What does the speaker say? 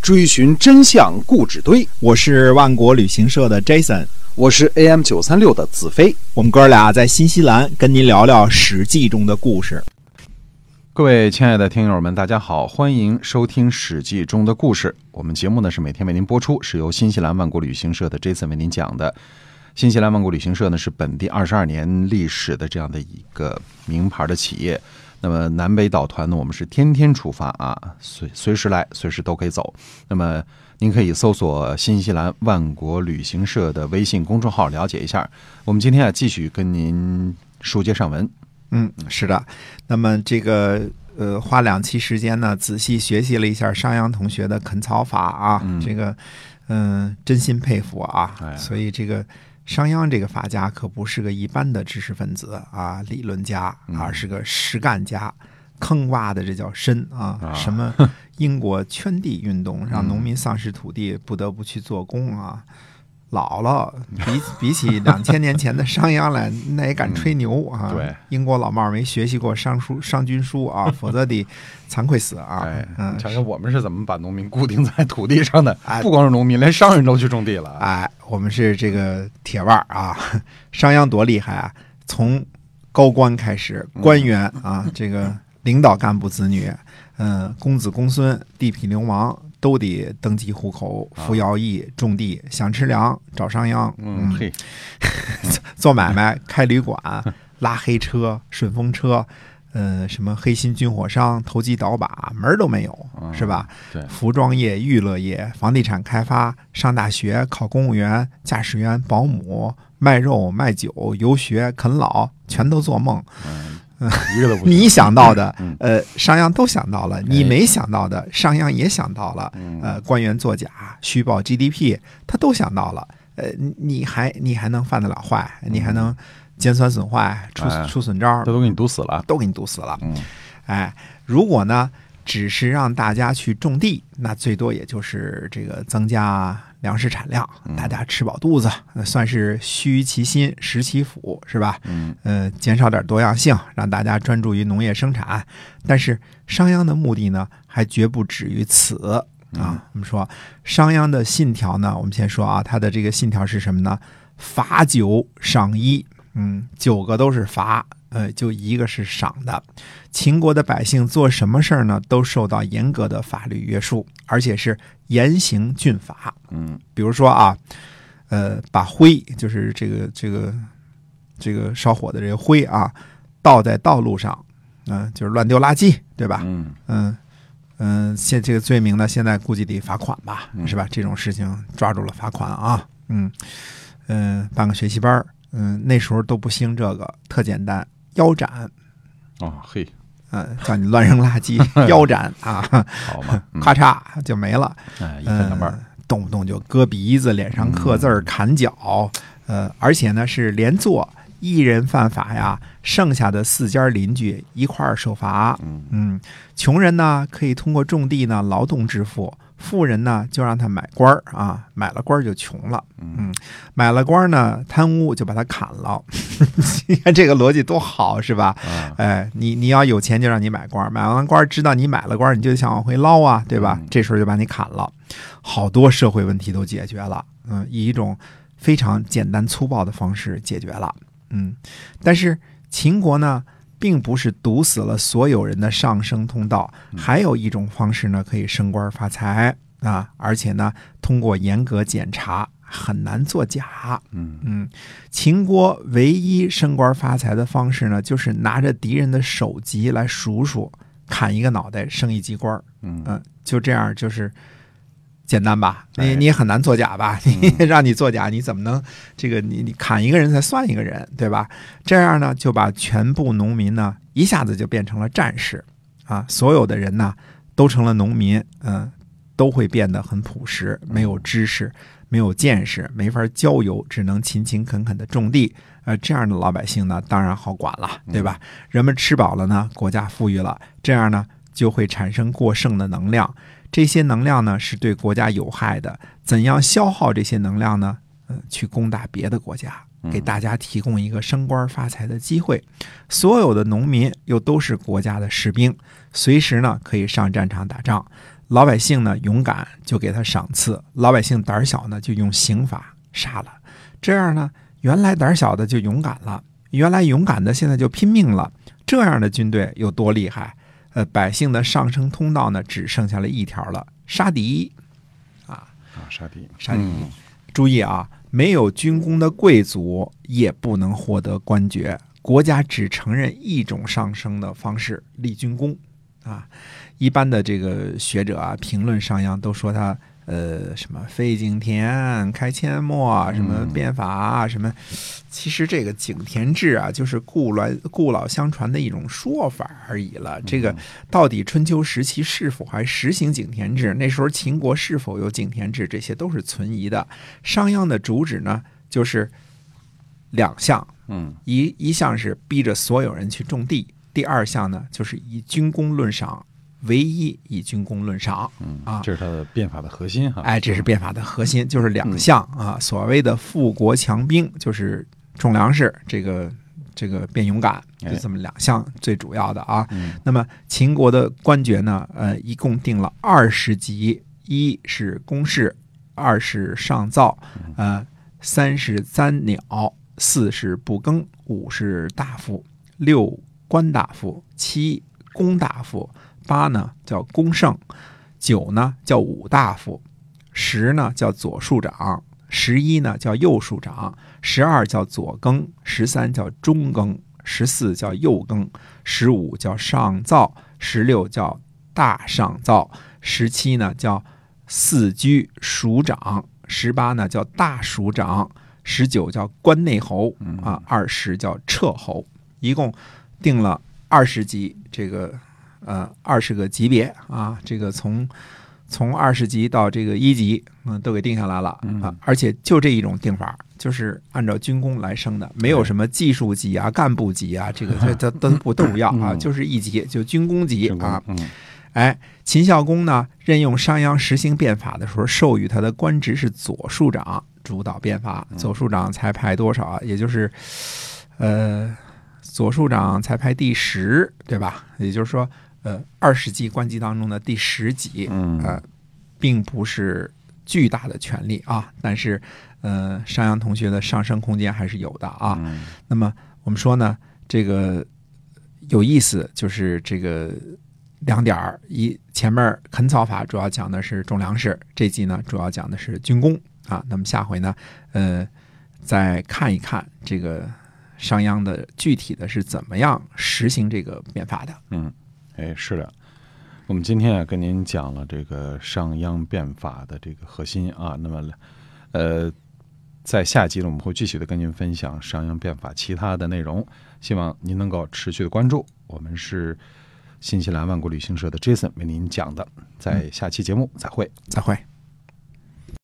追寻真相故纸堆。我是万国旅行社的 Jason，我是 AM 九三六的子飞。我们哥俩在新西兰跟您聊聊《史记》中的故事。各位亲爱的听友们，大家好，欢迎收听《史记》中的故事。我们节目呢是每天为您播出，是由新西兰万国旅行社的 Jason 为您讲的。新西兰万国旅行社呢是本地二十二年历史的这样的一个名牌的企业。那么南北岛团呢，我们是天天出发啊，随随时来，随时都可以走。那么您可以搜索新西兰万国旅行社的微信公众号了解一下。我们今天啊继续跟您书接上文。嗯，是的。那么这个呃，花两期时间呢，仔细学习了一下商鞅同学的垦草法啊，嗯这个嗯、真心佩服啊。哎所以这个商鞅这个法家可不是个一般的知识分子啊，理论家，嗯而是个实干家。坑挖的这叫深啊！啊什么英国圈地运动，让农民丧失土地，不得不去做工啊！老了，比比起两千年前的商鞅 来，那也敢吹牛啊！嗯对，英国老帽儿没学习过商书商君书 啊，否则得惭愧死啊！哎，嗯你，瞧瞧我们是怎么把农民固定在土地上的哎？不光是农民，连商人都去种地了。啊哎，我们是这个铁腕儿啊，商鞅多厉害啊！从高官开始，嗯官员啊，这个领导干部子女，嗯，公子公孙、地痞流氓都得登记户口、啊服徭役、种地，想吃粮找商鞅，嗯，嘿，做买卖、开旅馆、拉黑车、顺风车，呃，什么黑心军火商、投机倒把，门儿都没有，是吧？对服装业、娱乐业、房地产开发、上大学、考公务员、驾驶员、保姆、卖肉、卖酒、游学、啃老，全都做梦。一个都不你行。想到的嗯，哎呃，商鞅都想到了；你没想到的，商鞅也想到了。嗯呃，官员作假、虚报 GDP，他都想到了。呃，你你还你还能犯得了坏？你还能尖酸损坏、出嗯哎出损招这，都给你堵死了。啊都给你堵死了。嗯，哎，如果呢，只是让大家去种地，那最多也就是这个增加粮食产量，嗯大家吃饱肚子，呃算是虚其心，实其腹，是吧？嗯，呃，减少点多样性，让大家专注于农业生产。但是商鞅的目的呢，还绝不止于此啊。我们说商鞅的信条呢，我们先说啊，他的这个信条是什么呢？罚酒赏衣，嗯，九个都是罚，呃，就一个是赏的。秦国的百姓做什么事儿呢，都受到严格的法律约束，而且是严刑峻法。嗯，比如说啊，呃，把灰，就是这个这个这个烧火的这个灰啊，倒在道路上，嗯、就是乱丢垃圾，对吧？嗯，嗯嗯，现这个罪名呢，现在估计得罚款吧，嗯是吧？这种事情抓住了罚款啊，嗯嗯、呃办个学习班儿，嗯、那时候都不兴这个，特简单，腰斩，哦，嘿，嗯、叫你乱扔垃圾，腰斩啊，好 嘛，嗯咔嚓就没了。哎，一分两半儿。嗯嗯动不动就割鼻子、脸上刻字儿、砍脚，呃，而且呢是连坐，一人犯法呀，剩下的四家邻居一块儿受罚。嗯嗯，穷人呢可以通过种地呢劳动致富，富人呢就让他买官儿啊，买了官儿就穷了。嗯买了官儿呢，贪污就把他砍了。 你看这个逻辑多好，是吧？啊，哎，你你要有钱就让你买官儿，买完官儿知道你买了官儿，你就想往回捞啊，对吧？嗯这时候就把你砍了，好多社会问题都解决了，嗯，以一种非常简单粗暴的方式解决了，嗯。但是秦国呢，并不是堵死了所有人的上升通道，嗯还有一种方式呢，可以升官发财啊，而且呢，通过严格检查很难作假，嗯嗯，秦国唯一升官发财的方式呢，就是拿着敌人的首级来数数，砍一个脑袋升一级官儿。嗯嗯，就这样，就是简单吧？你哎你也很难作假吧？你 让你作假，你怎么能这个你你砍一个人才算一个人，对吧？这样呢，就把全部农民呢一下子就变成了战士啊，所有的人呢都成了农民，嗯、都会变得很朴实，没有知识，没有见识，没法交游，只能勤勤恳恳的种地。呃，这样的老百姓呢，当然好管了，对吧？人们吃饱了呢，国家富裕了，这样呢就会产生过剩的能量。这些能量呢是对国家有害的，怎样消耗这些能量呢？嗯，去攻打别的国家，给大家提供一个升官发财的机会。所有的农民又都是国家的士兵，随时呢可以上战场打仗。老百姓呢勇敢就给他赏赐，老百姓胆儿小呢就用刑罚杀了。这样呢，原来胆儿小的就勇敢了，原来勇敢的现在就拼命了。这样的军队有多厉害？呃，百姓的上升通道呢只剩下了一条了，杀敌。啊，杀敌，杀敌嗯注意啊，没有军功的贵族也不能获得官爵，国家只承认一种上升的方式——立军功。啊，一般的这个学者啊，评论商鞅都说他呃什么废井田、开阡陌、什么嗯变法、啊，什么，其实这个井田制啊，就是故来故老相传的一种说法而已了。这个到底春秋时期是否还实行井田制？那时候秦国是否有井田制？这些都是存疑的。商鞅的主旨呢，就是两项，嗯一一项是逼着所有人去种地，第二项呢就是以军功论赏，唯一以军功论赏。嗯啊这是他的变法的核心哈。哎，这是变法的核心，就是两项啊。所谓的富国强兵，就是种粮食，这个这个变勇敢，哎就这么两项最主要的啊。嗯那么秦国的官爵呢，呃，一共定了二十级，一是公事，二是上造，呃，三是簪鸟，四是不耕，五是大夫，六官大夫，七公大夫，八呢叫公圣，九呢叫武大夫，十呢叫左庶长，十一呢叫右庶长，十二叫左更，十三叫中更，十四叫右更，十五叫上造，十六叫大上造，十七呢叫四居署长，十八呢叫大署长，十九叫关内侯嗯啊，二十叫彻侯，一共定了二十级这个呃二十个级别啊，这个从从二十级到这个一级，嗯，都给定下来了啊。而且就这一种定法，就是按照军功来升的，没有什么技术级啊、干部级啊，这个这这都不都不要啊，嗯就是一级，就军功级军功啊。嗯哎，秦孝公呢，任用商鞅实行变法的时候，授予他的官职是左庶长，主导变法。嗯左庶长才排多少啊？也就是，呃，左庶长才排第十，对吧？也就是说，呃，二十级官级当中的第十级。嗯呃，并不是巨大的权利啊，但是呃，商鞅同学的上升空间还是有的啊。嗯那么我们说呢，这个有意思就是这个两点儿：一前面儿垦草法主要讲的是种粮食，这季呢主要讲的是军功啊。那么下回呢，呃，再看一看这个商鞅的具体的是怎么样实行这个变法的。哎，是的，我们今天啊跟您讲了这个商鞅变法的这个核心啊，那么呃，在下集呢我们会继续的跟您分享商鞅变法其他的内容，希望您能够持续的关注。我们是新西兰万国旅行社的 Jason 为您讲的，在下期节目再会。再会。